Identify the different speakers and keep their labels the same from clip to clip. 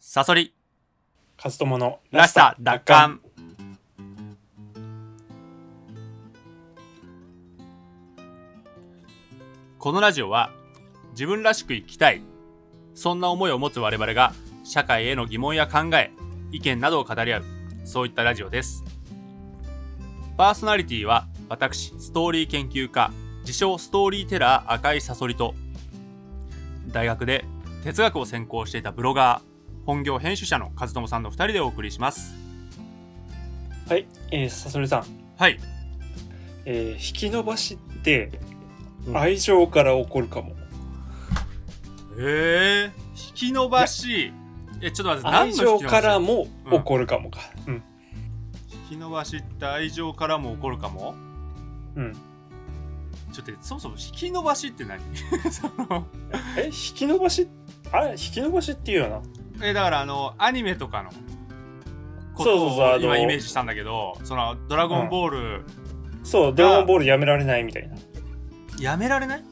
Speaker 1: サソリ
Speaker 2: カズトモの
Speaker 1: らしさ奪還このラジオは自分らしく生きたいそんな思いを持つ我々が社会への疑問や考え意見などを語り合うそういったラジオですパーソナリティは私ストーリー研究家自称ストーリーテラー赤いサソリと大学で哲学を専攻していたブロガー本業編集者の和友さんの2人でお送りします
Speaker 2: はい、えー、サソリさん、
Speaker 1: はい
Speaker 2: えー、引き伸ばしって
Speaker 1: うん
Speaker 2: 愛情から起こるかも、
Speaker 1: ええ引き伸ばしえちょっと待って
Speaker 2: 愛
Speaker 1: 何の
Speaker 2: 情
Speaker 1: 引き伸ばし
Speaker 2: からも起こるかもかうん
Speaker 1: 引き伸ばしって愛情からも起こるかも
Speaker 2: うん、
Speaker 1: ちょっと待ってそもそも引き伸ばしって 何その
Speaker 2: え引き伸ばしあれ引き伸ばしっていうよな
Speaker 1: えだからあのアニメとかのこと
Speaker 2: そうそうそうあ
Speaker 1: を
Speaker 2: の
Speaker 1: 今イメージしたんだけどその「ドラゴンボール
Speaker 2: そうドラゴンボールやめられないみたいな」
Speaker 1: やめられない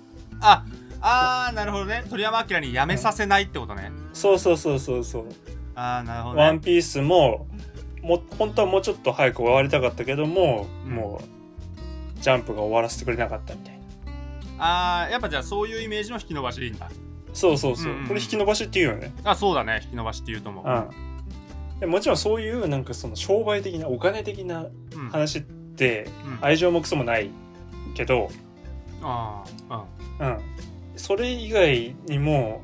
Speaker 1: ああーなるほどね鳥山明にやめさせないってことね、
Speaker 2: そうそうそうそうそう
Speaker 1: ああなるほ
Speaker 2: 「
Speaker 1: ど
Speaker 2: ワン
Speaker 1: ね
Speaker 2: ピースもも本当はもうちょっと早く終わりたかったけども、
Speaker 1: うん
Speaker 2: もうジャンプが終わらせてくれなかったみたいな
Speaker 1: ああやっぱじゃあそういうイメージの引き伸ばしでいいんだ
Speaker 2: そうそうそう、
Speaker 1: うんうん
Speaker 2: これ引き伸ばしっていうよね
Speaker 1: あそうだね引き伸ばしって言うと思う、
Speaker 2: うん、でもちろんそういうなんかその商売的なお金的な
Speaker 1: うん
Speaker 2: 話って
Speaker 1: うん
Speaker 2: 愛情もクソもないけど、
Speaker 1: ああうん
Speaker 2: うん、それ以外にも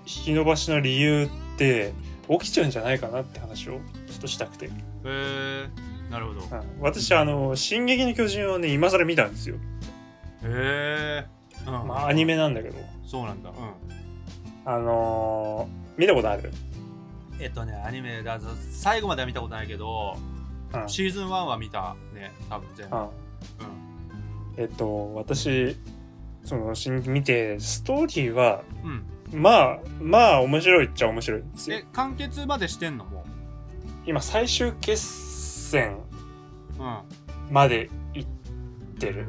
Speaker 2: 引き延ばしの理由って起きちゃうんじゃないかなって話をちょっとしたくて、う
Speaker 1: へえなるほどへ
Speaker 2: ん、私あの「進撃の巨人」をね今更見たんですよ、
Speaker 1: えうん
Speaker 2: まあ、アニメなんだけど
Speaker 1: そうなんだうん
Speaker 2: あのー見たことある、
Speaker 1: えっとねアニメだず最後までは見たことないけど
Speaker 2: うんうん
Speaker 1: シーズン1は見たね多分全部
Speaker 2: えっと私その進撃見てストーリーは
Speaker 1: うん、うん、
Speaker 2: まあまあ面白いっちゃ面白いんですよ
Speaker 1: え完結までしてんのも
Speaker 2: 今最終決戦
Speaker 1: ううん
Speaker 2: まで行ってる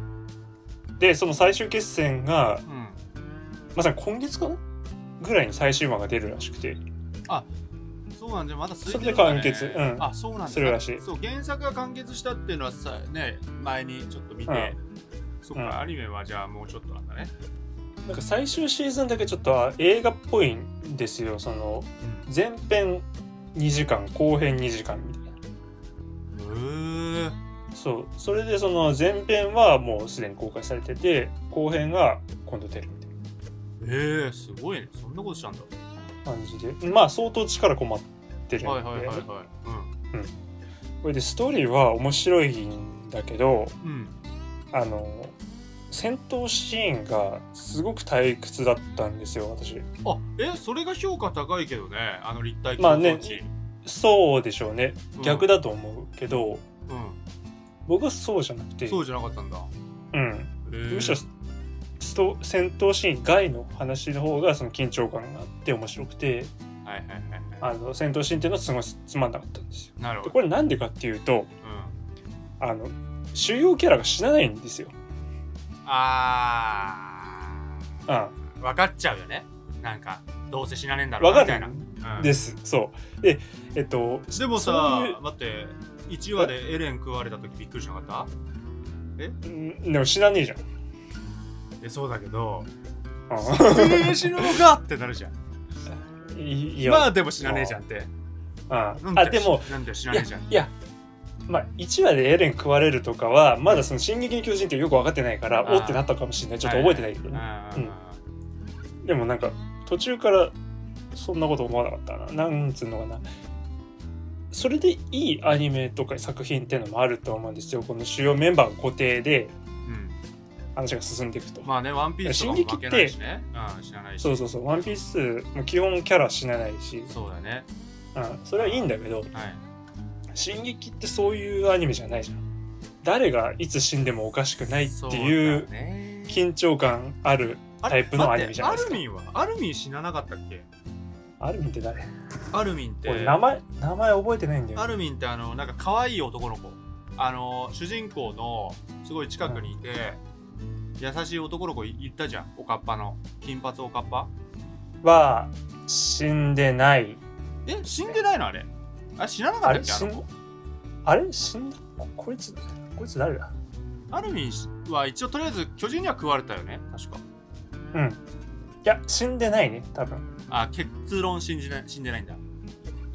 Speaker 2: でその最終決戦が
Speaker 1: うん
Speaker 2: まさに今月かなぐらいに最終話が出るらしくて
Speaker 1: そうなんじゃまだ続い
Speaker 2: そ
Speaker 1: て
Speaker 2: れで
Speaker 1: るんだ
Speaker 2: 完結うん
Speaker 1: あそうなんだ
Speaker 2: するらしい
Speaker 1: そう原作が完結したっていうのはさね前にちょっと見て、そっか、
Speaker 2: うん
Speaker 1: アニメはじゃあもうちょっとなんだね
Speaker 2: なんか最終シーズンだけちょっとあ映画っぽいんですよその前編2時間後編2時間みたいな
Speaker 1: うんへえ
Speaker 2: そうそれでその前編はもうすでに公開されてて後編が今度出るみたい
Speaker 1: えー、すごいねそんなことしたんだ
Speaker 2: な感じでまあ相当力困ってるんで、
Speaker 1: はいはいはいはい
Speaker 2: これでストーリーは面白いんだけど
Speaker 1: うんうん
Speaker 2: あの戦闘シーンがすごく退屈だったんですよ私
Speaker 1: あえそれが評価高いけどねあの立体機
Speaker 2: ま
Speaker 1: の
Speaker 2: あね
Speaker 1: 装置、
Speaker 2: そうでしょうね
Speaker 1: うん
Speaker 2: 逆だと思うけど、
Speaker 1: う
Speaker 2: 僕はそうじゃなくて
Speaker 1: ん、そうじゃなかったんだ
Speaker 2: うん、
Speaker 1: へー
Speaker 2: むしろスト戦闘シーン外の話の方がその緊張感があって面白くて
Speaker 1: はいはいはいは
Speaker 2: あの戦闘シーンっていうのはすごいつまんなかったんですよ
Speaker 1: いなるほ
Speaker 2: で
Speaker 1: ど
Speaker 2: これなんでかっていうと
Speaker 1: うん、
Speaker 2: あの主要キャラが死なないんですよ、
Speaker 1: あ
Speaker 2: う
Speaker 1: ー分かっちゃうよねなんかどうせ死なねえんだ
Speaker 2: ん、
Speaker 1: ろうな
Speaker 2: わか
Speaker 1: みたいな
Speaker 2: る、
Speaker 1: うん
Speaker 2: ですすそうでえっと
Speaker 1: でも
Speaker 2: そ
Speaker 1: さ
Speaker 2: ういう
Speaker 1: 待って1話でエレン食われた時びっくりしなかった
Speaker 2: うんでも死なねえじゃん
Speaker 1: えそうだけ ど
Speaker 2: うん
Speaker 1: えー死ぬのかってなるじゃん
Speaker 2: いいや、
Speaker 1: まあでも死なねえじゃんって
Speaker 2: あ
Speaker 1: なん、だ
Speaker 2: あ
Speaker 1: よ
Speaker 2: でも
Speaker 1: なんだよ死ないね
Speaker 2: や
Speaker 1: えじゃん
Speaker 2: いやまあ1話でエレン食われるとかはまだその「進撃の巨人」ってよく分かってないから
Speaker 1: あ
Speaker 2: おってなったかもしれないちょっと覚えてないけどね、
Speaker 1: うん
Speaker 2: でもなんか途中からそんなこと思わなかったななんつうのかなそれでいいアニメとか作品っていうのもあると思うんですよこの主要メンバーが固定で
Speaker 1: うん
Speaker 2: 話が進んでいくと、
Speaker 1: まあね、ワンピースとかも負けないしね。うん、知らないし。
Speaker 2: そうそうそう「ワンピースも基本キャラ死なないし、
Speaker 1: そうだね。
Speaker 2: うん、それはいいんだけど
Speaker 1: はい。
Speaker 2: 進撃ってそういうアニメじゃないじゃん誰がいつ死んでもおかしくないっていう
Speaker 1: 金
Speaker 2: 緊張感あるタイプのアニメじゃないですか
Speaker 1: アルミンはアルミン死ななかったっけ
Speaker 2: アルミンって誰
Speaker 1: アルミンって、
Speaker 2: 俺名前名前覚えてないんだよ
Speaker 1: アルミンってあの、なんか可愛い男の子。あの、主人公のすごい近くにいて、優しい男の子いったじゃん。おかっぱの。金髪おかっぱ
Speaker 2: は死んでない
Speaker 1: え死んでないのあれあれ死ななかっ
Speaker 2: あ
Speaker 1: たっ
Speaker 2: れ
Speaker 1: けあ
Speaker 2: 死
Speaker 1: の
Speaker 2: ん
Speaker 1: 子
Speaker 2: あれ死んだここいつこいつ誰だ
Speaker 1: アルミンは一応とりあえず巨人には食われたよね確か
Speaker 2: うんいや死んでないね多分
Speaker 1: あ結論信じない死んでないんだ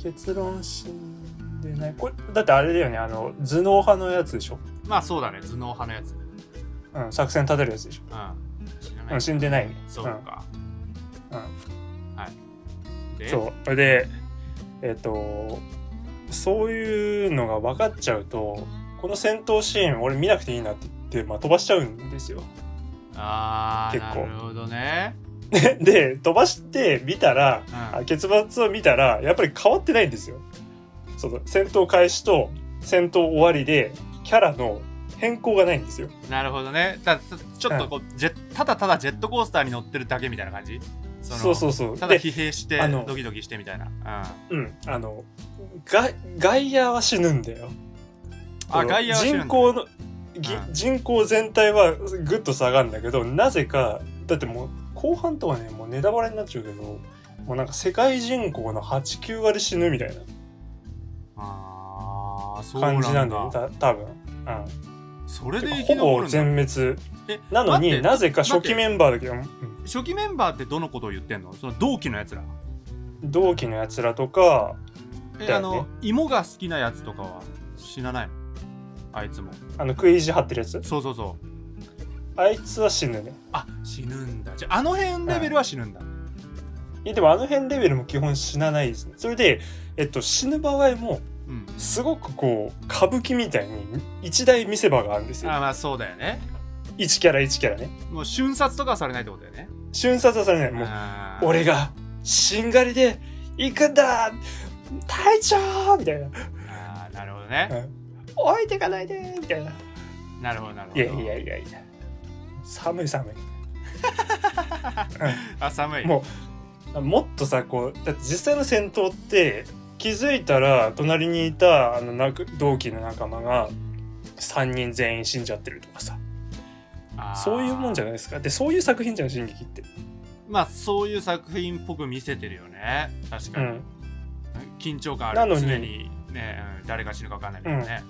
Speaker 2: 結論死んでないこれだってあれだよねあの頭脳派のやつでしょ、
Speaker 1: まあそうだね頭脳派のやつうん
Speaker 2: うん、作戦立てるやつでし
Speaker 1: 死なな
Speaker 2: ょ、
Speaker 1: い、
Speaker 2: うん、死んでないね
Speaker 1: そう
Speaker 2: うん
Speaker 1: か、
Speaker 2: うん
Speaker 1: はいで
Speaker 2: そうそれでえっ、とそういうのが分かっちゃうとこの戦闘シーン俺見なくていいなって言って、まあ、飛ばしちゃうんですよ
Speaker 1: ああ
Speaker 2: 結
Speaker 1: な
Speaker 2: 構
Speaker 1: るほどね
Speaker 2: で飛ばして見たら、
Speaker 1: うん
Speaker 2: あ結末を見たらやっぱり変わってないんですよその戦闘開始と戦闘終わりでキャラの変更がないんですよ
Speaker 1: なるほどねだたちょっとこう、ジェただただジェットコースターに乗ってるだけみたいな感じその
Speaker 2: そうそうそう
Speaker 1: ただ
Speaker 2: で
Speaker 1: 疲弊して
Speaker 2: あの
Speaker 1: ドキドキしてみたいな、うん、あ
Speaker 2: うんあのが外野は死ぬんだよその
Speaker 1: 外野は死ぬんだ
Speaker 2: 人口のぎ
Speaker 1: うん
Speaker 2: 人口全体はぐっと下がるんだけどなぜかだってもう後半とかねもうネタバレになっちゃうけどもうなんか世界人口の89割死ぬみたい
Speaker 1: あーそ
Speaker 2: な
Speaker 1: うなん
Speaker 2: 感
Speaker 1: だ
Speaker 2: じなんだよねた多分、うん、
Speaker 1: それで生き
Speaker 2: ほ
Speaker 1: 残
Speaker 2: ぼ
Speaker 1: るんだ
Speaker 2: 全滅
Speaker 1: え
Speaker 2: なの
Speaker 1: 待って
Speaker 2: になぜか
Speaker 1: 待って
Speaker 2: 初期メンバーだけど、うん
Speaker 1: 初期メンバーってどのことを言ってんのその同期のやつら
Speaker 2: 同期のやつらとか
Speaker 1: え、
Speaker 2: だ
Speaker 1: あ
Speaker 2: よね
Speaker 1: の芋が好きなやつとかは死なないのあいつも
Speaker 2: あの食い意地張ってるやつ
Speaker 1: そうそうそう
Speaker 2: あいつは死ぬね
Speaker 1: あ死ぬんだじゃああの辺レベルは死ぬんだ、
Speaker 2: いやでもあの辺レベルも基本死なないですねそれで、えっと、死ぬ場合も
Speaker 1: うん
Speaker 2: すごくこう歌舞伎みたいに一大見せ場があるんですよ
Speaker 1: あまあそうだよね
Speaker 2: 1キャラ1キャラね
Speaker 1: もう瞬殺とかはされないってことだよね
Speaker 2: 瞬殺はされないもう
Speaker 1: あー
Speaker 2: 俺がしんがりで行くんだ隊長みたいな
Speaker 1: あーなるほどね
Speaker 2: 置いてかないでみたいな
Speaker 1: なるほどなるほ
Speaker 2: い
Speaker 1: ど
Speaker 2: やいやいやいや寒い寒い
Speaker 1: あ寒い
Speaker 2: ももっとさこうだって実際の戦闘って気づいたら隣にいたあのなく同期の仲間が3人全員死んじゃってるとかさ
Speaker 1: あー
Speaker 2: そういうもんじゃないですかでそういう作品じゃん「進撃」って。
Speaker 1: まあそういう作品っぽく見せてるよね確
Speaker 2: う
Speaker 1: かに、
Speaker 2: ん、
Speaker 1: 緊張感ある
Speaker 2: なのに
Speaker 1: 常にね、うん誰が死ぬか分かんないけどね、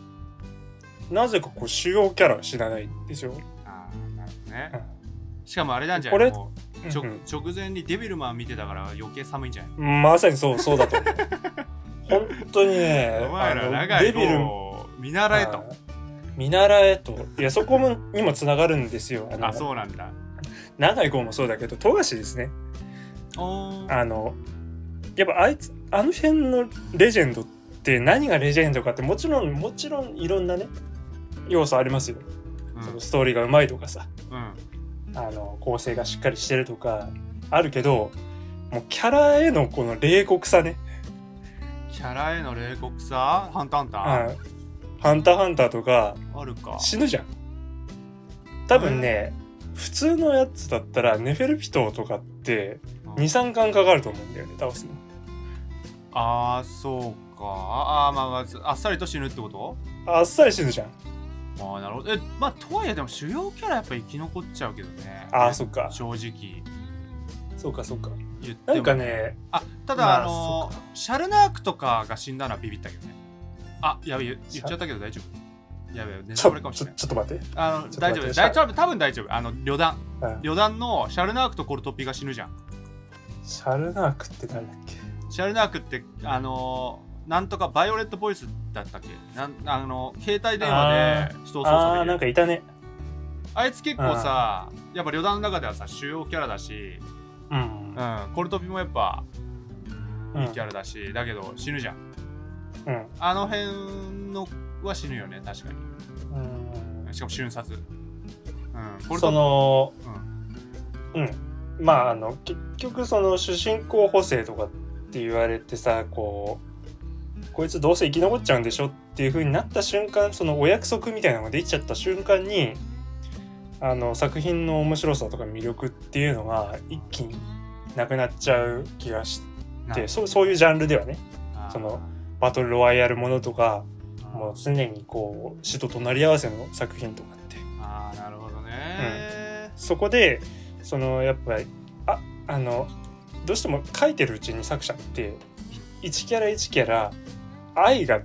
Speaker 2: なぜかこう主要キャラは死なないんですよ。
Speaker 1: ああなるほどね、
Speaker 2: うん
Speaker 1: しかもあれなんじゃない
Speaker 2: これ
Speaker 1: もうちょ
Speaker 2: う
Speaker 1: 直前にデビルマン見てたから余計寒いんじゃない
Speaker 2: ん、まさにそうそう だと思う。本当にね
Speaker 1: お前
Speaker 2: あ
Speaker 1: ら
Speaker 2: の
Speaker 1: 長
Speaker 2: デ
Speaker 1: い
Speaker 2: ビル
Speaker 1: のを見習えと
Speaker 2: あ見習えといやそこもにもつながるんですよ。あの
Speaker 1: あそうなんだ
Speaker 2: 長い子もそうだけど富樫ですね。
Speaker 1: おー
Speaker 2: あのやっぱあいつあの辺のレジェンドって何がレジェンドかってもちろんもちろんいろんなね要素ありますよ、
Speaker 1: うん
Speaker 2: そのストーリーがうまいとかさ
Speaker 1: うん
Speaker 2: あの構成がしっかりしてるとかあるけどもうキャラへのこの冷酷さね
Speaker 1: キャラへの冷酷さハンターハンタ
Speaker 2: 「
Speaker 1: ー、
Speaker 2: うんハンターハンター」とか
Speaker 1: あるか
Speaker 2: 死ぬじゃん多分ね普通のやつだったらネフェルピトーとかって
Speaker 1: うん
Speaker 2: 23巻かかると思うんだよね倒すの
Speaker 1: ああそうかあー、まあまあずあっさりと死ぬってこと
Speaker 2: あっさり死ぬじゃん
Speaker 1: ああなるほどえまあとはいえでも主要キャラやっぱ生き残っちゃうけどね
Speaker 2: あーそっか
Speaker 1: 正直
Speaker 2: そうかそうか
Speaker 1: 言っても
Speaker 2: なんかね
Speaker 1: あただ、
Speaker 2: ま
Speaker 1: あ、
Speaker 2: あ
Speaker 1: の
Speaker 2: そ
Speaker 1: シャルナークとかが死んだのはビビったけどねあやべ言言っちゃったけど大丈夫やべえネ
Speaker 2: ち
Speaker 1: タ
Speaker 2: ょ
Speaker 1: バレかもし
Speaker 2: ち
Speaker 1: れな
Speaker 2: ょ
Speaker 1: い
Speaker 2: ちょっと待って、
Speaker 1: あの
Speaker 2: ちょっと
Speaker 1: 大丈
Speaker 2: 待
Speaker 1: 夫
Speaker 2: って
Speaker 1: 大丈夫多分大丈夫あの旅団
Speaker 2: うん
Speaker 1: 旅団のシャルナークとコルトピが死ぬじゃん
Speaker 2: シャルナークって誰だっけ
Speaker 1: シャルナークってあのーなんとかバイオレットボイスだったっけなんあの携帯電話で人を操作
Speaker 2: あ
Speaker 1: でき
Speaker 2: あー
Speaker 1: る
Speaker 2: なんかいたね
Speaker 1: あいつ結構さやっぱ旅団の中ではさ主要キャラだし、
Speaker 2: うん
Speaker 1: うん、コルトピもやっぱ
Speaker 2: うん
Speaker 1: キャラだし、だけど死ぬじゃん
Speaker 2: うん
Speaker 1: あの辺のは死ぬよね確かに
Speaker 2: うん
Speaker 1: しかも瞬殺うんコル
Speaker 2: そ
Speaker 1: ト
Speaker 2: の
Speaker 1: うん
Speaker 2: うんまああの結局その主人公補正とかって言われてさこうこいつどうせ生き残っちゃうんでしょっていう風になった瞬間そのお約束みたいなのができちゃった瞬間にあの作品の面白さとか魅力っていうのが一気になくなっちゃう気がし
Speaker 1: な
Speaker 2: てそうそういうジャンルではね
Speaker 1: あー
Speaker 2: そのバトルロワイヤルものとかもう常にこう死と隣り合わせの作品とかって
Speaker 1: ああなるほどね、
Speaker 2: そこでそのやっぱりああのどうしても書いてるうちに作者って一キャラ一キャラ愛が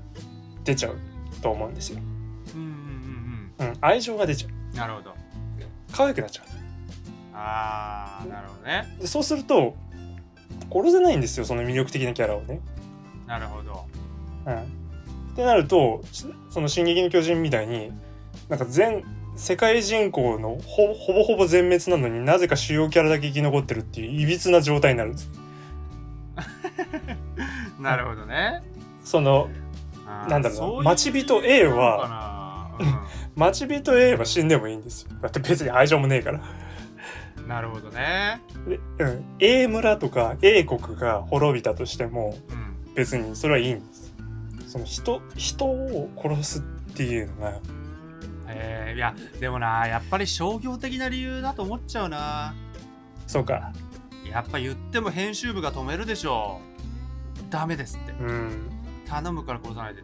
Speaker 2: 出ちゃうと思うんですよ、
Speaker 1: うんうんうん
Speaker 2: うん、愛情が出ちゃう
Speaker 1: うんなるほど
Speaker 2: 可愛くなっちゃ
Speaker 1: ああなるほどね
Speaker 2: うでそうすると殺せないんですよその魅力的なキャラをね、
Speaker 1: なるほど
Speaker 2: うん、ってなるとしその「進撃の巨人」みたいになんか全世界人口のほほぼほぼ全滅なのになぜか主要キャラだけ生き残ってるっていういびつな状態になるんです
Speaker 1: なるほどね
Speaker 2: その
Speaker 1: あー
Speaker 2: なんだろうな
Speaker 1: そい
Speaker 2: 待ち人 A は
Speaker 1: ことか
Speaker 2: 待ち人 A は死んでもいいんですよだって別に愛情もねえから
Speaker 1: な、うん、なるほどね
Speaker 2: で、うん、A 村とか A 国が滅びたとしても
Speaker 1: うん
Speaker 2: 別にそれはいいんですその人人を殺すっていうのが
Speaker 1: えー、いやでもなやっぱり商業的な理由だと思っちゃうな
Speaker 2: そうか
Speaker 1: やっぱ言っても編集部が止めるでしょダメですって
Speaker 2: うん
Speaker 1: 頼むから殺さないで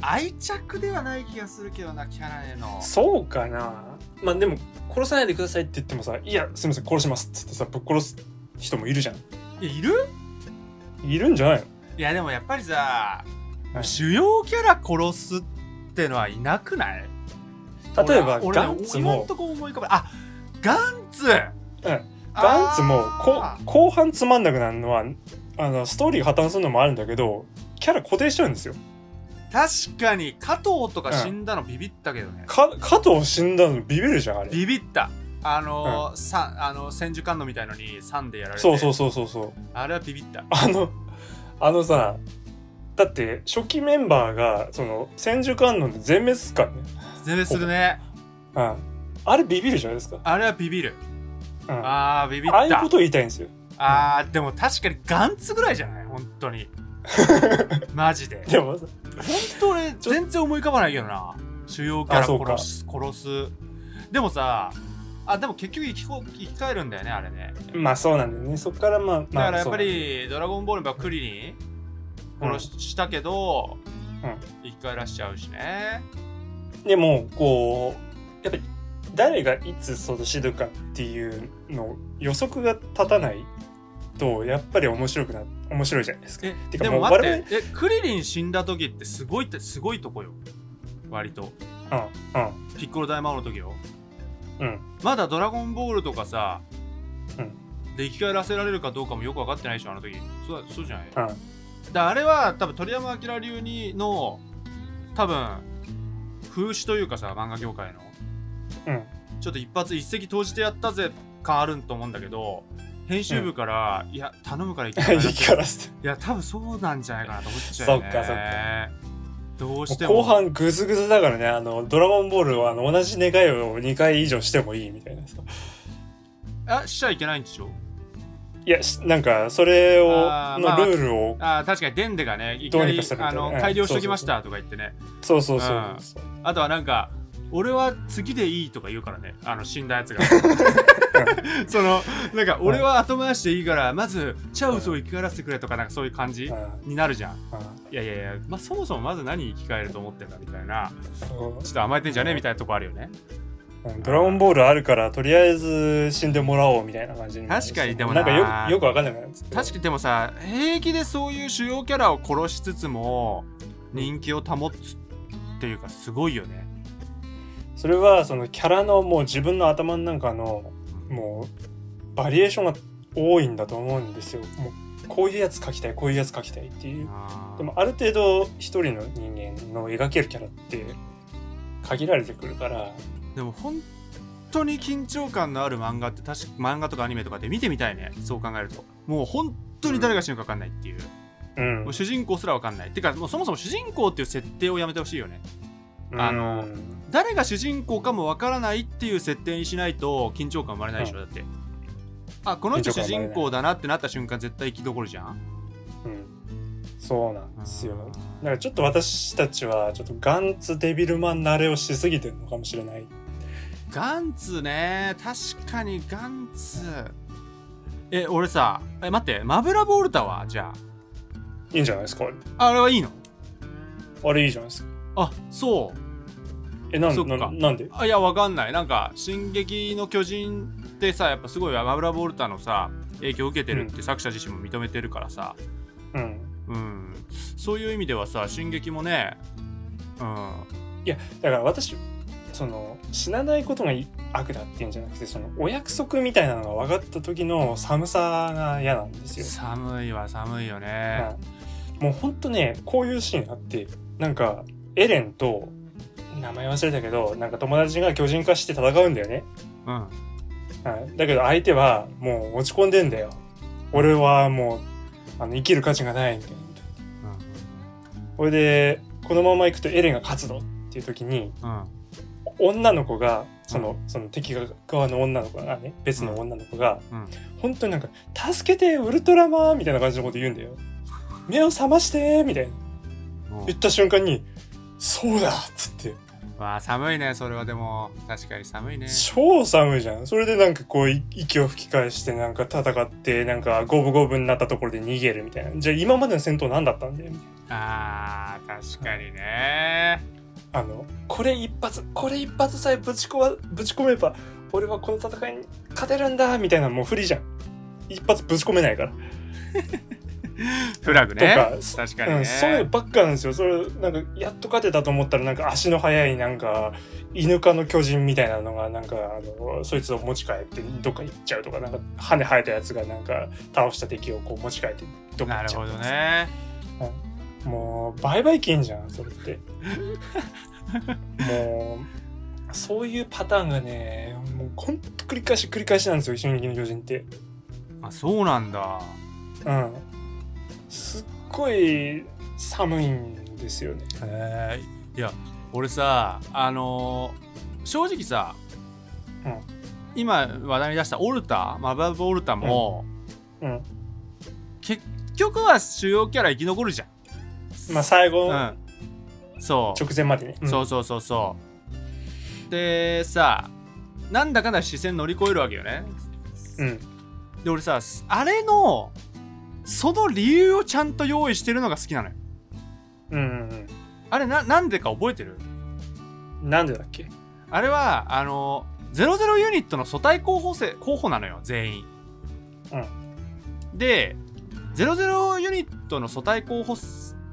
Speaker 1: 愛着ではない気がするけどなキャラへの
Speaker 2: そうかなまあでも殺さないでくださいって言ってもさ「いやすいません殺します」っつってさぶっ殺す人もいるじゃん
Speaker 1: いやいる
Speaker 2: いるんじゃないの
Speaker 1: いやでもやっぱりさ、
Speaker 2: はい
Speaker 1: 主要キャラ殺すってのはいなくない
Speaker 2: 例えば
Speaker 1: 俺は
Speaker 2: ガンツ
Speaker 1: 俺は今
Speaker 2: も
Speaker 1: んとこ思い浮かばないあガンツ
Speaker 2: ガンツもこ
Speaker 1: あー
Speaker 2: 後半つまんなくなるのはあのストーリーが破綻するのもあるんだけどキャラ固定しちゃうんですよ
Speaker 1: 確かに加藤とか死んだのビビったけどね、
Speaker 2: か加藤死んだのビビるじゃんあれ
Speaker 1: ビビったあのーさあの千手観音みたいのに3でやられて
Speaker 2: そうそうそうそうそう
Speaker 1: あれはビビった
Speaker 2: あのあのさだって初期メンバーがその千手観音で全滅っすからね、
Speaker 1: 全然するね
Speaker 2: うん、あれビビるじゃないですか、
Speaker 1: あれはビビる
Speaker 2: うん、あ
Speaker 1: あービビった
Speaker 2: あいうことを言いたいんですよ
Speaker 1: あーでも確かにガンツぐらいじゃない本当 にマジで
Speaker 2: でもさ
Speaker 1: 本当俺
Speaker 2: ちょ
Speaker 1: 全然思い浮かばないけどな主要キャ
Speaker 2: あそう
Speaker 1: ラ
Speaker 2: か
Speaker 1: 殺す殺すでもさあでも結局生きこ生き返るんだよねあれね
Speaker 2: まあそうなんだよねそっからまあ
Speaker 1: だ
Speaker 2: ま
Speaker 1: か
Speaker 2: あ
Speaker 1: らやっぱ
Speaker 2: そう
Speaker 1: り「ドラゴンボール」はクリリン殺し,、たけど、
Speaker 2: うん
Speaker 1: 生き返らしちゃうしね
Speaker 2: でもこうやっぱり誰がいつその死ぬかっていうの予測が立たないとやっぱり面白くな面白いじゃないですか
Speaker 1: え
Speaker 2: てか
Speaker 1: でも
Speaker 2: もう
Speaker 1: 待ってえクリリン死んだ時ってすごいってすごいとこよ割と
Speaker 2: うん
Speaker 1: ピッコロ大魔王の時よ
Speaker 2: うんうん
Speaker 1: まだ「ドラゴンボール」とかさ、
Speaker 2: うん
Speaker 1: で生き返らせられるかどうかもよく分かってないでしょあの時そうそうじゃない
Speaker 2: うん
Speaker 1: だあれは多分鳥山明流にの多分風刺というかさ漫画業界の
Speaker 2: うん
Speaker 1: ちょっと一発一石投じてやったぜ感あるんと思うんだけど編集部から、いや頼むからいけ ない
Speaker 2: 生
Speaker 1: な
Speaker 2: き返らせて
Speaker 1: いや多分そうなんじゃないかなと思っちゃうよね
Speaker 2: そっかそっ
Speaker 1: どうしても
Speaker 2: 後半グズグズだからねあの「ドラゴンボール」はあの同じ願いを2回以上してもいいみたいなさ
Speaker 1: あしちゃいけないんでしょ
Speaker 2: いやしなんかそれを
Speaker 1: あーまあ
Speaker 2: のルールを、
Speaker 1: あー確かにデンデがねいき
Speaker 2: ど
Speaker 1: な
Speaker 2: う
Speaker 1: り
Speaker 2: にかしたら
Speaker 1: あの
Speaker 2: うん
Speaker 1: 改良しときましたとか言ってね
Speaker 2: そうそうそう
Speaker 1: あー
Speaker 2: そう
Speaker 1: あとはなんか俺は次でいいとか言うからねあの死んだやつ がそのなんか俺は後回しでいいからまずチャウスを生き返らせてくれとかなんかそういう感じ
Speaker 2: あ
Speaker 1: になるじゃん
Speaker 2: ーあ
Speaker 1: いやいやいや、まあ、そもそもまず何生き返ると思ってんだみたいな
Speaker 2: ーそう
Speaker 1: ちょっと甘えてんじゃねえみたいなとこあるよね
Speaker 2: うんドラゴンボールあるからとりあえず死んでもらおうみたいな感じになるし
Speaker 1: 確かにでもな
Speaker 2: な
Speaker 1: ん
Speaker 2: かよよくわかんなくなるんですけど
Speaker 1: 確かにでもさ平気でそういう主要キャラを殺しつつも人気を保つっていうかすごいよね
Speaker 2: それはそのキャラのもう自分の頭の中のもうバリエーションが多いんだと思うんですよもうこういうやつ描きたいこういうやつ描きたいっていう
Speaker 1: あー
Speaker 2: でもある程度一人の人間の描けるキャラって限られてくるから
Speaker 1: でも本当に緊張感のある漫画って確か漫画とかアニメとかって見てみたいねそう考えるともう本当に誰が死ぬか分かんないっていう,、
Speaker 2: うん
Speaker 1: もう主人公すら分かんないってかもうそもそも主人公っていう設定をやめてほしいよねあの
Speaker 2: うん
Speaker 1: 誰が主人公かも分からないっていう設定にしないと緊張感生まれないでしょ、だってあこの人
Speaker 2: 緊張
Speaker 1: 主
Speaker 2: 感生まれない
Speaker 1: 人公だなってなった瞬間絶対生き残るじゃん
Speaker 2: うんそうなんですよ
Speaker 1: うん
Speaker 2: だからちょっと私たちはちょっとガンツデビルマン慣れをしすぎてるのかもしれない
Speaker 1: ガンツね確かにガンツえ俺さえ待ってマブラボールタはじゃ
Speaker 2: いいんじゃないですかあれ
Speaker 1: ああれはいいの
Speaker 2: あれいいじゃないですか
Speaker 1: あそう
Speaker 2: えなん
Speaker 1: そっか
Speaker 2: ななんで
Speaker 1: あいやわかんないなんか「進撃の巨人」ってさやっぱすごいマブラボルタのさ影響を受けてるって作者自身も認めてるからさ
Speaker 2: うん
Speaker 1: ううん、そういう意味ではさ「進撃」もね、うん、
Speaker 2: いやだから私その死なないことが悪だっていうんじゃなくてそのお約束みたいなのが分かった時の寒さが嫌なんですよ。
Speaker 1: 寒いは寒いよね、
Speaker 2: はいもうほんとねこういうシーンあってなんかエレンと名前忘れたけどなんか友達が巨人化して戦うんだよね。
Speaker 1: うん、
Speaker 2: はい、だけど相手はもう落ち込んでんだよ。俺はもうあの生きる価値がないみたいな。これでこのまま行くとエレンが勝つぞっていう時に
Speaker 1: うん、うん、
Speaker 2: 女の子がそのその敵側の女の子がね別の女の子が、
Speaker 1: うん
Speaker 2: 本当になんか「助けてウルトラマン」みたいな感じのこと言うんだよ。目を覚ましてみたいな
Speaker 1: うん
Speaker 2: 言った瞬間に「そうだ!」っつって
Speaker 1: わあ寒いねそれはでも確かに寒いね
Speaker 2: 超寒いじゃんそれでなんかこうい息を吹き返してなんか戦ってなんか五分五分になったところで逃げるみたいなじゃあ今までの戦闘何だったんだよみたいな
Speaker 1: あー確かにね
Speaker 2: あのこれ一発これ一発さえぶちこわぶち込めば俺はこの戦いに勝てるんだみたいなもう不利じゃん一発ぶち込めないから
Speaker 1: フラグ
Speaker 2: と
Speaker 1: ね
Speaker 2: か
Speaker 1: 確かに
Speaker 2: う
Speaker 1: ね、
Speaker 2: ん、そういうのばっかなんですよそれなんかやっと勝てたと思ったらなんか足の速いなんか犬科の巨人みたいなのがなんかあのそいつを持ち帰ってどっか行っちゃうとかなんか羽生えたやつがなんか倒した敵をこう持ち帰ってどっか
Speaker 1: な
Speaker 2: 行っ
Speaker 1: る
Speaker 2: ちゃう
Speaker 1: ほ
Speaker 2: と
Speaker 1: ど
Speaker 2: か
Speaker 1: ね
Speaker 2: もう売買金じゃんそれってもうそういうパターンがねもうほんと繰り返し繰り返しなんですよ「進撃の巨人」って。
Speaker 1: あそうなんだ
Speaker 2: うん、すっごい寒いんですよね。
Speaker 1: へえいや俺さあのー正直さ、
Speaker 2: うん
Speaker 1: 今話題に出したオルタマブマブオルタも、
Speaker 2: うん
Speaker 1: 結局は主要キャラ生き残るじゃん
Speaker 2: まあ最後、
Speaker 1: うんそう
Speaker 2: 直前までね。ん
Speaker 1: そうそうそうそうでさなんだかんだ視線乗り越えるわけよね
Speaker 2: うん。
Speaker 1: で俺さあれのその理由をちゃんと用意してるのが好きなのよ
Speaker 2: うん。
Speaker 1: あれななんでか覚えてる
Speaker 2: うん。なんでだっけ
Speaker 1: あれはあの00ユニットの組対候補生候補なのよ全員、で00ユニットの組対候補っ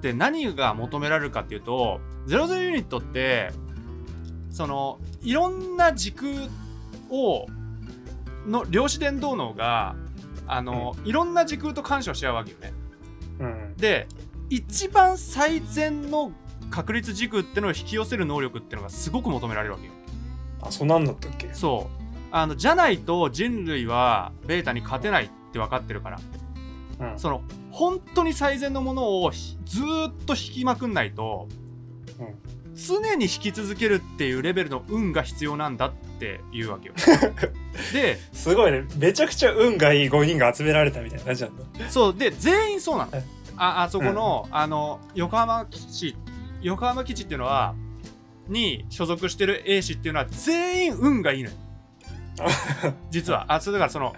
Speaker 1: て何が求められるかっていうと00ユニットってそのいろんな軸をの量子電動脳があの、いろんな時空と干渉し合うわけよね
Speaker 2: うん。
Speaker 1: で一番最善の確率軸ってのを引き寄せる能力ってのがすごく求められるわけよ
Speaker 2: あ、そうなんだったっけ
Speaker 1: そうあのじゃないと人類はベータに勝てないって分かってるから
Speaker 2: うん。
Speaker 1: その本当に最善のものをひずーっと引きまくんないと、常に引き続けるっていうレベルの運が必要なんだっていうわけよです
Speaker 2: ごいね。めちゃくちゃ運がいい5人が集められたみたいな感じなんだ。
Speaker 1: そうで全員そうなの
Speaker 2: え
Speaker 1: ああそこの,、あの横浜基地横浜基地っていうのはに所属してる A 氏っていうのは全員運がいい のよ実はあそうだからその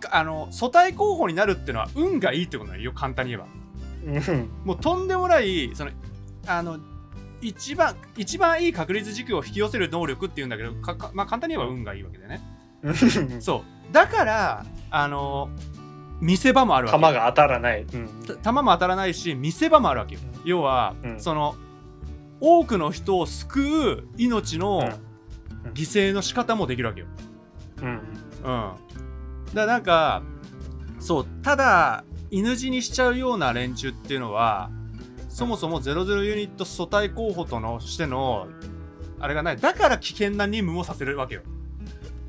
Speaker 1: かあの組対候補になるっていうのは運がいいってことなのよ簡単に言えば
Speaker 2: うん。
Speaker 1: もうとんでもないそのあの一番一番いい確率軸を引き寄せる能力っていうんだけどかかまあ、簡単に言えば運がいいわけだよね そうだからあの見せ場もあるわけ
Speaker 2: 弾が当たらない。うん。
Speaker 1: た弾も当たらないし見せ場もあるわけよ
Speaker 2: うん
Speaker 1: 要は、
Speaker 2: うん
Speaker 1: その多くの人を救う命
Speaker 2: う
Speaker 1: の
Speaker 2: ん
Speaker 1: 犠牲の仕方もできるわけよ、うん、
Speaker 2: うん。
Speaker 1: だからなんかそうただ犬死にしちゃうような連中っていうのはそもそも00ユニット組対候補とのしてのあれがないだから危険な任務もさせるわけよ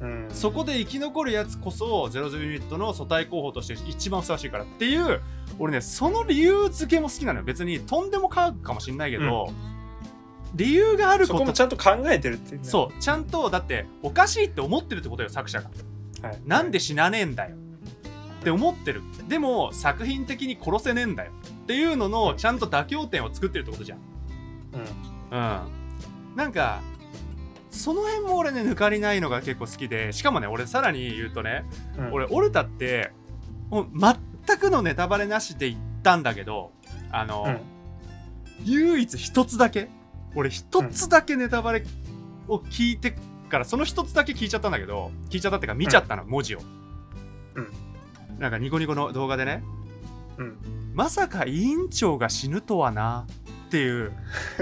Speaker 2: うん。
Speaker 1: そこで生き残るやつこそ00ユニットの組対候補として一番ふさわしいからっていう俺ねその理由付けも好きなのよ別にとんでも科学かもしんないけど、理由がある
Speaker 2: そ
Speaker 1: こ
Speaker 2: こともちゃんと考えてるっていうね。
Speaker 1: そうちゃんとだっておかしいって思ってるってことよ作者が
Speaker 2: はい。
Speaker 1: なんで死なねえんだよって思ってるでも作品的に殺せねえんだよっていうののちゃんと妥協点を作ってるってことじゃん
Speaker 2: うん。
Speaker 1: うん、なんかその辺も俺ね抜かりないのが結構好きでしかもね俺さらに言うとね、
Speaker 2: うん
Speaker 1: 俺オルタってもう全くのネタバレなしで言ったんだけどあの、
Speaker 2: うん。
Speaker 1: 唯一一つだけ俺一つだけネタバレを聞いてからその一つだけ聞いちゃったんだけど聞いちゃったっていうか見ちゃったの、文字を、
Speaker 2: うん
Speaker 1: なんかニコニコの動画でね
Speaker 2: うん。
Speaker 1: まさか委員長が死ぬとはなっていう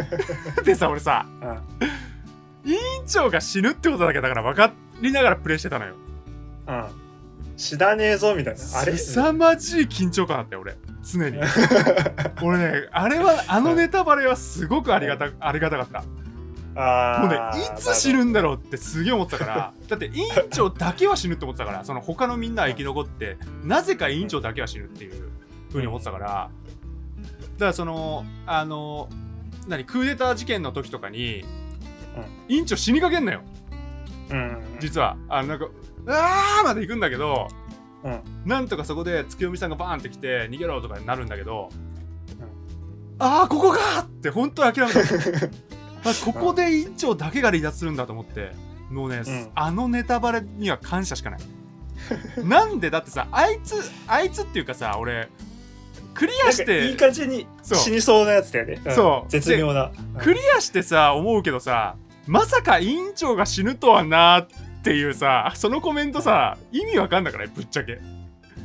Speaker 1: でさ俺さ
Speaker 2: うん
Speaker 1: 委員長が死ぬってことだけだから分かりながらプレイしてたのよ
Speaker 2: うん知らねえぞみたいなあれ
Speaker 1: 凄まじい緊張感あったよ俺常に俺ねあれはあのネタバレはすごくありがたありがたかったもうね
Speaker 2: あー
Speaker 1: いつ死ぬんだろうってすげえ思ってたからだって委員長だけは死ぬって思ってたからその他のみんなは生き残ってなぜか委員長だけは死ぬっていうふうに思ってたからだからそのあの何クーデター事件の時とかに委員長死にかけんなよ
Speaker 2: うん
Speaker 1: 実はあのなんか「あー!」まで行くんだけど
Speaker 2: うん
Speaker 1: なんとかそこで月読さんがバーンって来て逃げろとかになるんだけど、ああここかって本当に諦めた あここで院長だけが離脱するんだと思ってもうね、
Speaker 2: うん
Speaker 1: あのネタバレには感謝しかないなんでだってさあいつあいつっていうかさ俺クリアし
Speaker 2: なんかい
Speaker 1: て
Speaker 2: い感じに
Speaker 1: そう
Speaker 2: 死にそうなやつだよね、ん
Speaker 1: そう
Speaker 2: 絶妙な
Speaker 1: クリアしてさ思うけどさまさか院長が死ぬとはなーっていうさそのコメントさ意味わかんなくないぶっちゃけ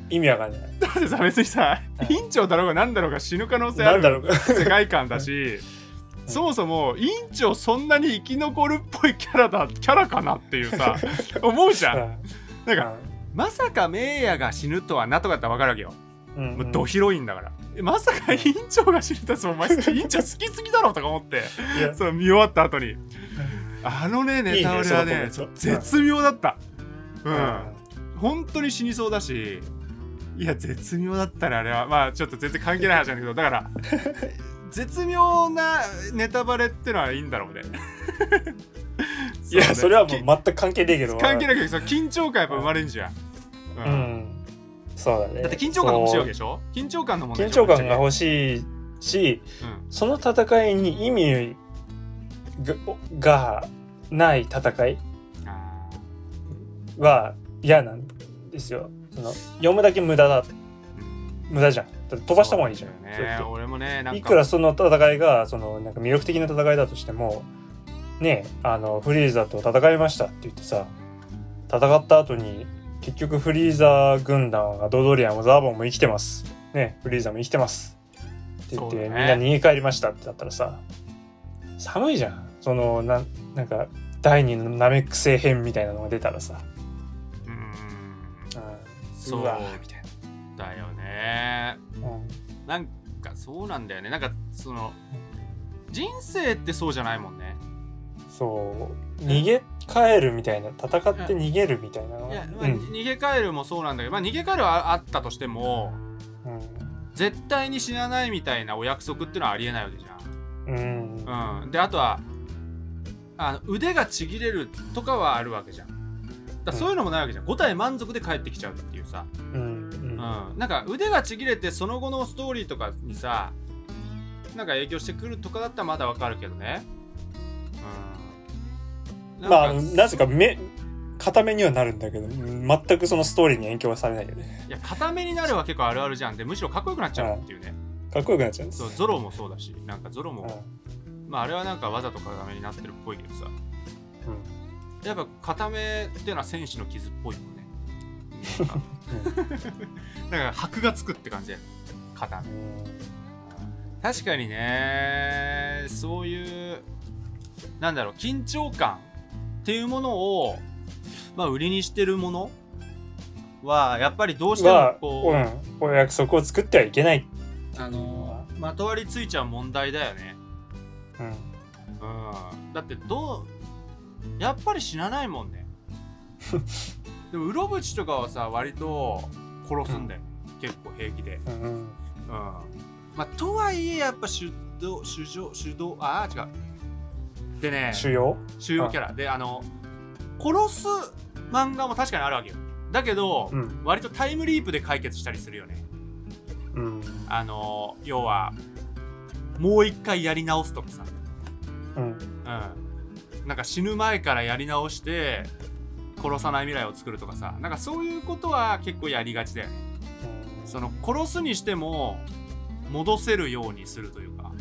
Speaker 2: 意味わかんない
Speaker 1: だってさ別にさ
Speaker 2: うん
Speaker 1: 院長だろうが何だろうが死ぬ可能性あ
Speaker 2: なん
Speaker 1: る
Speaker 2: だろう
Speaker 1: 世界観だし、そもそも院長そんなに生き残るっぽいキャラだキャラかなっていう さ思うじゃんなんかまさかメイヤが死ぬとはなとかだったら分かるわけよ、
Speaker 2: うんうん
Speaker 1: もうドヒロインだからえまさか院長が死ぬとはお前院長好きすぎだろとか思って
Speaker 2: いや
Speaker 1: その見終わった後にあのねネタバレはい
Speaker 2: いね
Speaker 1: ね
Speaker 2: そのコメント
Speaker 1: 絶妙だったう
Speaker 2: うんん
Speaker 1: 本当に死にそうだしいや絶妙だったらあれはまあちょっと全然関係ない話なんだけどだから 絶妙なネタバレってのはいいんだろう ね
Speaker 2: いやそれはもう
Speaker 1: き
Speaker 2: 全く関係ねえけど
Speaker 1: 関係
Speaker 2: ない
Speaker 1: ないけどその緊張感やっぱ生まれんじゃん、うん
Speaker 2: うんそうだね
Speaker 1: だって緊張感が欲しいわけでしょ緊張感のもん
Speaker 2: そう
Speaker 1: で
Speaker 2: 緊
Speaker 1: しょ
Speaker 2: 張感が欲しいし
Speaker 1: うん
Speaker 2: その戦いに意味ががない戦い
Speaker 1: あー
Speaker 2: は嫌なんですよその読むだけ無駄だ無駄じゃんだって飛ばした方がいいじゃん
Speaker 1: そう
Speaker 2: それっ
Speaker 1: だ
Speaker 2: て
Speaker 1: よね俺もねなんか
Speaker 2: いくらその戦いがそのなんか魅力的な戦いだとしてもねえあのフリーザと戦いましたって言ってさ戦った後に結局フリーザ軍団がドドリアンもザーボンも生きてますねえフリーザも生きてますって言って、
Speaker 1: そうだ
Speaker 2: みん
Speaker 1: ね
Speaker 2: な逃げ帰りましたってなったらさ寒いじゃんそのななんか第二のナメック星編みたいなのが出たらさ、
Speaker 1: うん
Speaker 2: うん、
Speaker 1: そう
Speaker 2: うわーみたい
Speaker 1: だよね
Speaker 2: な、うん
Speaker 1: なんかそうなんだよねなんかその人生ってそうじゃないもんね
Speaker 2: そう逃げ帰るみたいな戦って逃げるみたいなの
Speaker 1: い
Speaker 2: が
Speaker 1: や、まあ
Speaker 2: うん
Speaker 1: 逃げ帰るもそうなんだけど、まあ、逃げ帰るはああったとしても絶対に死なないみたいなお約束っていうのはありえないわけじ
Speaker 2: うんうん
Speaker 1: ゃん。うん、であとはあの腕がちぎれるとかはあるわけじゃん。だからそういうのもないわけじゃん5体満足で帰ってきちゃうっていうさ、
Speaker 2: うん
Speaker 1: うん、なんか腕がちぎれてその後のストーリーとかにさなんか影響してくるとかだったらまだわかるけどね、うん、
Speaker 2: まああ
Speaker 1: ん
Speaker 2: の
Speaker 1: か
Speaker 2: なぜか目固めにはなるんだけど全くそのストーリーに影響はされないよね
Speaker 1: いや固めになるは結構あるあるじゃんでむしろかっこよくなっちゃうっていうね、
Speaker 2: かっこよくなっちゃうんです
Speaker 1: そうゾロもそうだしなんかゾロ
Speaker 2: うん
Speaker 1: も、まああれはなんかわざと固めになってるっぽいけどさやっぱ固めっていうのは戦士の傷っぽいも んねなんか なんか箔がつくって感じで固め
Speaker 2: うん
Speaker 1: 確かにねそういうなんだろう緊張感っていうものをまあ売りにしてるものはやっぱりどうしても
Speaker 2: は、
Speaker 1: こう、
Speaker 2: うん、お約束を作ってはいけない、
Speaker 1: あのまとわりついちゃう問題だよね
Speaker 2: うん
Speaker 1: うんだってどうやっぱり死なないもんねでもウロブチとかはさ割と殺すんだよ、結構平気で
Speaker 2: うんうん
Speaker 1: うんまあとはいえやっぱ主導主導主導ああ違うでね
Speaker 2: 主要
Speaker 1: 主要キャラであの殺す漫画も確かにあるわけよだけど、
Speaker 2: うん
Speaker 1: 割とタイムリープで解決したりするよね
Speaker 2: うん
Speaker 1: あの要はもう一回やり直すとかさ
Speaker 2: うん
Speaker 1: うん、なんか死ぬ前からやり直して殺さない未来を作るとかさなんかそういうことは結構やりがちだよねその殺すにしても戻せるようにするというか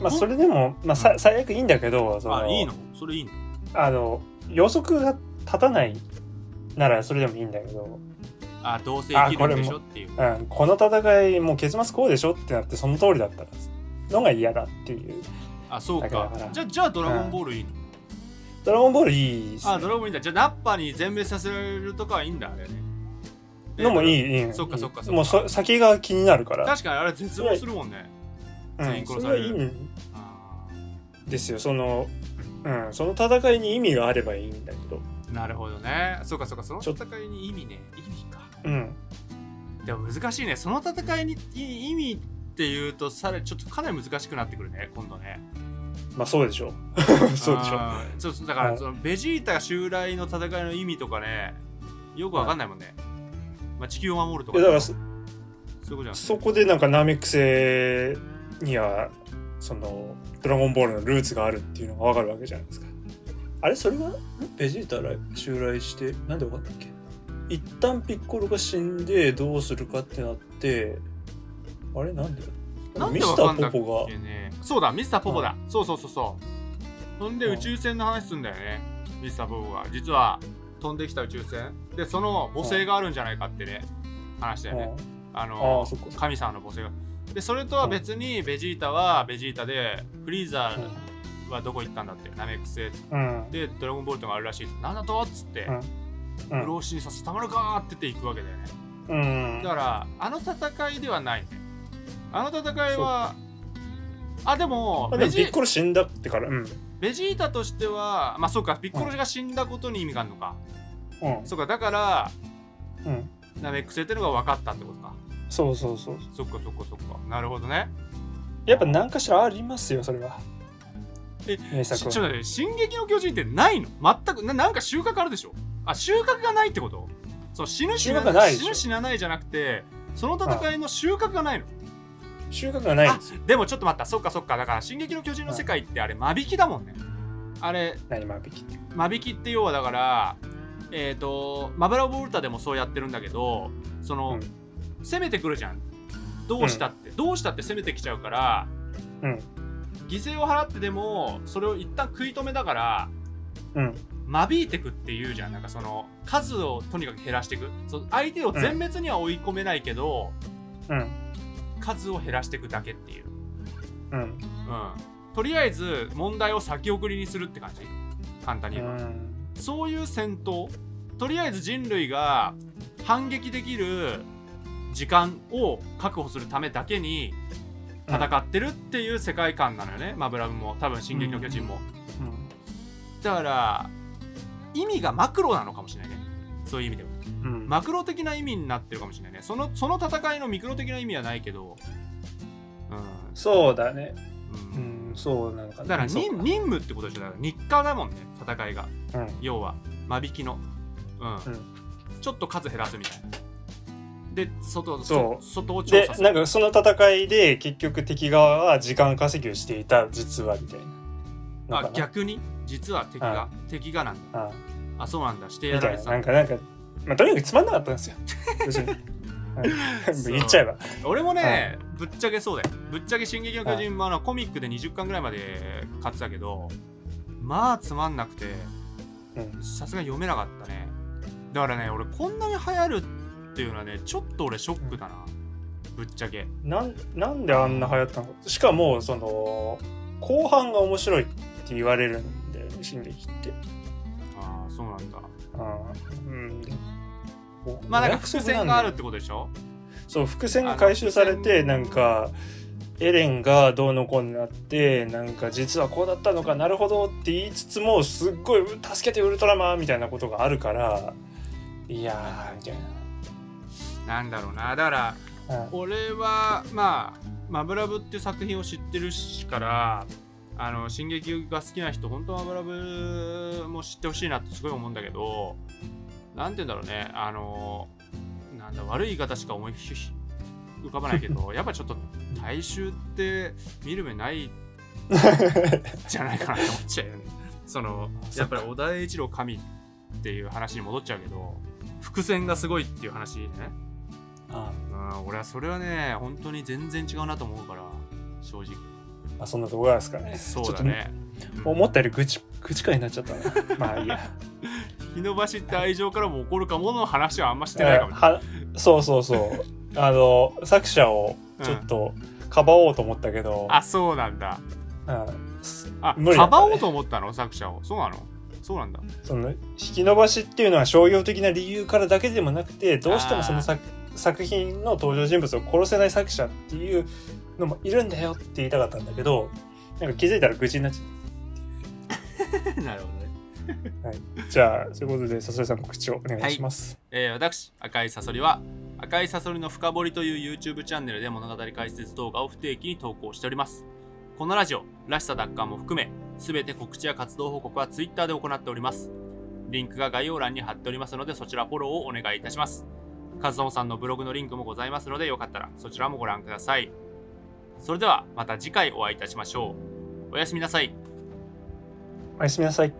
Speaker 2: まあそれでも、まあ、さ最悪いいんだけどその
Speaker 1: あいいのそれいいの
Speaker 2: あの予測が立たないならそれでもいいんだけど
Speaker 1: あどうせ生きるんでしょっていう
Speaker 2: うん、この戦いもう結末こうでしょってなってその通りだったのが嫌だっていう
Speaker 1: あそう
Speaker 2: だから
Speaker 1: か
Speaker 2: だから
Speaker 1: じゃあじゃあドラゴンボールいいの、
Speaker 2: 「ドラゴンボール」いいです、ね、
Speaker 1: あドラゴンボールいいんだじゃあナッパに全滅させられるとかはいいんだあれね
Speaker 2: のもいい
Speaker 1: い
Speaker 2: いい
Speaker 1: そっかそっかそっか
Speaker 2: もうそ先が気になるから、
Speaker 1: 確かにあれ絶望するもんね
Speaker 2: う
Speaker 1: 全員
Speaker 2: ん、
Speaker 1: 殺
Speaker 2: そ
Speaker 1: さ
Speaker 2: れ
Speaker 1: れ
Speaker 2: は
Speaker 1: る
Speaker 2: いいん
Speaker 1: あ
Speaker 2: ですよその、うん、その戦いに意味があればいいんだけど、
Speaker 1: ーなるほどねそうかそうかその
Speaker 2: ちょ
Speaker 1: 戦いに意味ね意味か
Speaker 2: うん、
Speaker 1: でも難しいねその戦いにい意味っていうとさらちょっとかなり難しくなってくるね今度ね
Speaker 2: まあそうでしょう そうでしょう
Speaker 1: あーそうそうだから、
Speaker 2: はい
Speaker 1: そのベジータ襲来の戦いの意味とかねよくわかんないもんね、まあ、地球を守るとか
Speaker 2: い
Speaker 1: ね、
Speaker 2: やだからそ
Speaker 1: そういうことじゃ
Speaker 2: そこでなんかナメック星にはその「ドラゴンボール」のルーツがあるっていうのがわかるわけじゃないですかあれそれはベジータ来襲来してなんでわかったっけ一旦ピッコロが死んでどうするかってなってあれなんで
Speaker 1: なんで
Speaker 2: ミ
Speaker 1: わ
Speaker 2: スタ
Speaker 1: かん
Speaker 2: ー
Speaker 1: なく
Speaker 2: ポポが
Speaker 1: てねそうだミスターポポだ、そうそうそうそうほんで
Speaker 2: うん
Speaker 1: 宇宙船の話すんだよねミスターポポが実は飛んできた宇宙船でその母性があるんじゃないかってね話だよね、あ
Speaker 2: あ
Speaker 1: の
Speaker 2: あそっかそっか
Speaker 1: 神様の母性がでそれとは別にベジータはベジータでフリーザーはどこ行ったんだってナメック星
Speaker 2: うんうん
Speaker 1: でドラゴンボルトがあるらしいなんだとっつって
Speaker 2: う
Speaker 1: 不
Speaker 2: ん
Speaker 1: 老不死にさせたまるかーって言っていくわけだよね
Speaker 2: うん
Speaker 1: だからあの戦いではないねあの戦いはあでも
Speaker 2: まあで
Speaker 1: ベ
Speaker 2: もピ
Speaker 1: ジ
Speaker 2: ッコロ死んだってからうん
Speaker 1: ベジータとしてはまあそうかピッコロが死んだことに意味があるのか、
Speaker 2: うん
Speaker 1: そうかだから
Speaker 2: うん
Speaker 1: ナメック星ってのが分かったってことか
Speaker 2: そうそうそう
Speaker 1: そっかそっかそっかなるほどね
Speaker 2: やっぱ何かしらありますよそれは
Speaker 1: え
Speaker 2: 名
Speaker 1: しちょ
Speaker 2: 作
Speaker 1: っ
Speaker 2: は
Speaker 1: と待って「進撃の巨人」ってないの全くななんか収穫あるでしょあ収穫がないってことそう死ぬ死な
Speaker 2: 収穫がないでし
Speaker 1: 死
Speaker 2: ょ
Speaker 1: ぬ死なないじゃなくてその戦いの収穫がないの
Speaker 2: 収穫がないん
Speaker 1: あ
Speaker 2: ですよ
Speaker 1: でもちょっと待ったそっかそっかだから「進撃の巨人」の世界ってあれ間引きだもんねあれ
Speaker 2: 何万匹
Speaker 1: 間引きって要はだからえっ、とマブラボウルタでもそうやってるんだけどその、攻めてくるじゃんどうしたって、どうしたって攻めてきちゃうから
Speaker 2: うん
Speaker 1: 犠牲を払ってでもそれを一旦食い止めだから
Speaker 2: うん
Speaker 1: 間引いてくっていうじゃんなんかその数をとにかく減らしていくそう相手を全滅には追い込めないけど、
Speaker 2: うん
Speaker 1: 数を減らしていくだけっていう
Speaker 2: うん
Speaker 1: うん、とりあえず問題を先送りにするって感じ簡単に言えば、そういう戦闘とりあえず人類が反撃できる時間を確保するためだけに戦ってるっていう世界観なのよね、マブラブも多分「進撃の巨人も」だから意味がマクロなのかもしれないねそういう意味では
Speaker 2: うんうん
Speaker 1: マクロ的な意味になってるかもしれないねそのその戦いのミクロ的な意味はないけどう
Speaker 2: そうだね
Speaker 1: ん、う
Speaker 2: うんんそうなのかな
Speaker 1: だから
Speaker 2: そう
Speaker 1: 任任務ってことじゃない日課だもんね戦いが
Speaker 2: うん
Speaker 1: 要は間引きの、うん
Speaker 2: ん
Speaker 1: ちょっと数減らすみたいなで外
Speaker 2: そう
Speaker 1: そ外を調
Speaker 2: で
Speaker 1: 査す
Speaker 2: なん
Speaker 1: る
Speaker 2: かその戦いで結局敵側は時間稼ぎをしていた実はみたいな
Speaker 1: あ逆に実は敵が敵がなんだ
Speaker 2: あ
Speaker 1: あそうなんだしてやら
Speaker 2: みた
Speaker 1: れ
Speaker 2: い
Speaker 1: て
Speaker 2: な
Speaker 1: た
Speaker 2: なんかなんかまあとにかくつまんなかったんで すよ別にうん
Speaker 1: そう
Speaker 2: 言っちゃえば
Speaker 1: 俺もね、ぶっちゃけそうだよぶっちゃけ「進撃の巨人」もあのコミックで20巻ぐらいまで買ってたけどまあつまんなくて
Speaker 2: うん
Speaker 1: さすがに読めなかったねだからね俺こんなに流行るっていうのはねちょっと俺ショックだな、ぶっちゃけ
Speaker 2: なんなんであんな流行ったのかしかもその後半が面白いって言われるんだよね進撃って
Speaker 1: ああそうなんだ
Speaker 2: あうん
Speaker 1: まあなんか伏線がある
Speaker 2: る
Speaker 1: ってことでしょ
Speaker 2: そう伏線が回収されて
Speaker 1: あの
Speaker 2: なんかエレンがどうのこうになってなんか実はこうだったのかなるほどって言いつつもすっごい「助けてウルトラマン」みたいなことがあるからいやーみたい
Speaker 1: なんだろうなだから
Speaker 2: な、 うん
Speaker 1: 俺はまあ「マブラブ」っていう作品を知ってるしからあの進撃が好きな人本当はマブラブも知ってほしいなってすごい思うんだけどなんて言うんだろうねあのなんだ悪い言い方しか思いひひ浮かばないけどやっぱちょっと大衆って見る目ないんじゃないかなって思っちゃうよね。そのやっぱり小田栄一郎神っていう話に戻っちゃうけど伏線がすごいっていう話ね。
Speaker 2: あ
Speaker 1: うん、俺はそれはね本当に全然違うなと思うから正直
Speaker 2: まあ、そんなところですかね
Speaker 1: そうだね
Speaker 2: ちょっと思ったより愚痴愚痴会になっちゃったなまあいいや
Speaker 1: う火の走った愛情からも起こるかもの話はあんましてないかもね、
Speaker 2: はそうそうそうあの作者をちょっとかばおうと思ったけど、
Speaker 1: あそうなんだ
Speaker 2: うんす
Speaker 1: あ
Speaker 2: 無理
Speaker 1: か
Speaker 2: だったね
Speaker 1: ばおうと思ったの作者をそうなのそう なんだ
Speaker 2: その引き延ばしっていうのは商業的な理由からだけでもなくてどうしてもその作作品の登場人物を殺せない作者っていうのもいるんだよって言いたかったんだけどなんか気づいたら愚痴になっちゃっ
Speaker 1: なるほどね、
Speaker 2: たじゃあそういうことで笹井さん告知をお願いします、
Speaker 1: えー私赤いサソリは赤いサソリの深掘りという YouTube チャンネルで物語解説動画を不定期に投稿しておりますこのラジオらしさ奪還も含め全て告知や活動報告は Twitter で行っておりますリンクが概要欄に貼っておりますのでそちらフォローをお願いいたしますカズオンさんのブログのリンクもございますのでよかったらそちらもご覧くださいそれではまた次回お会いいたしましょうおやすみなさい
Speaker 2: おやすみなさい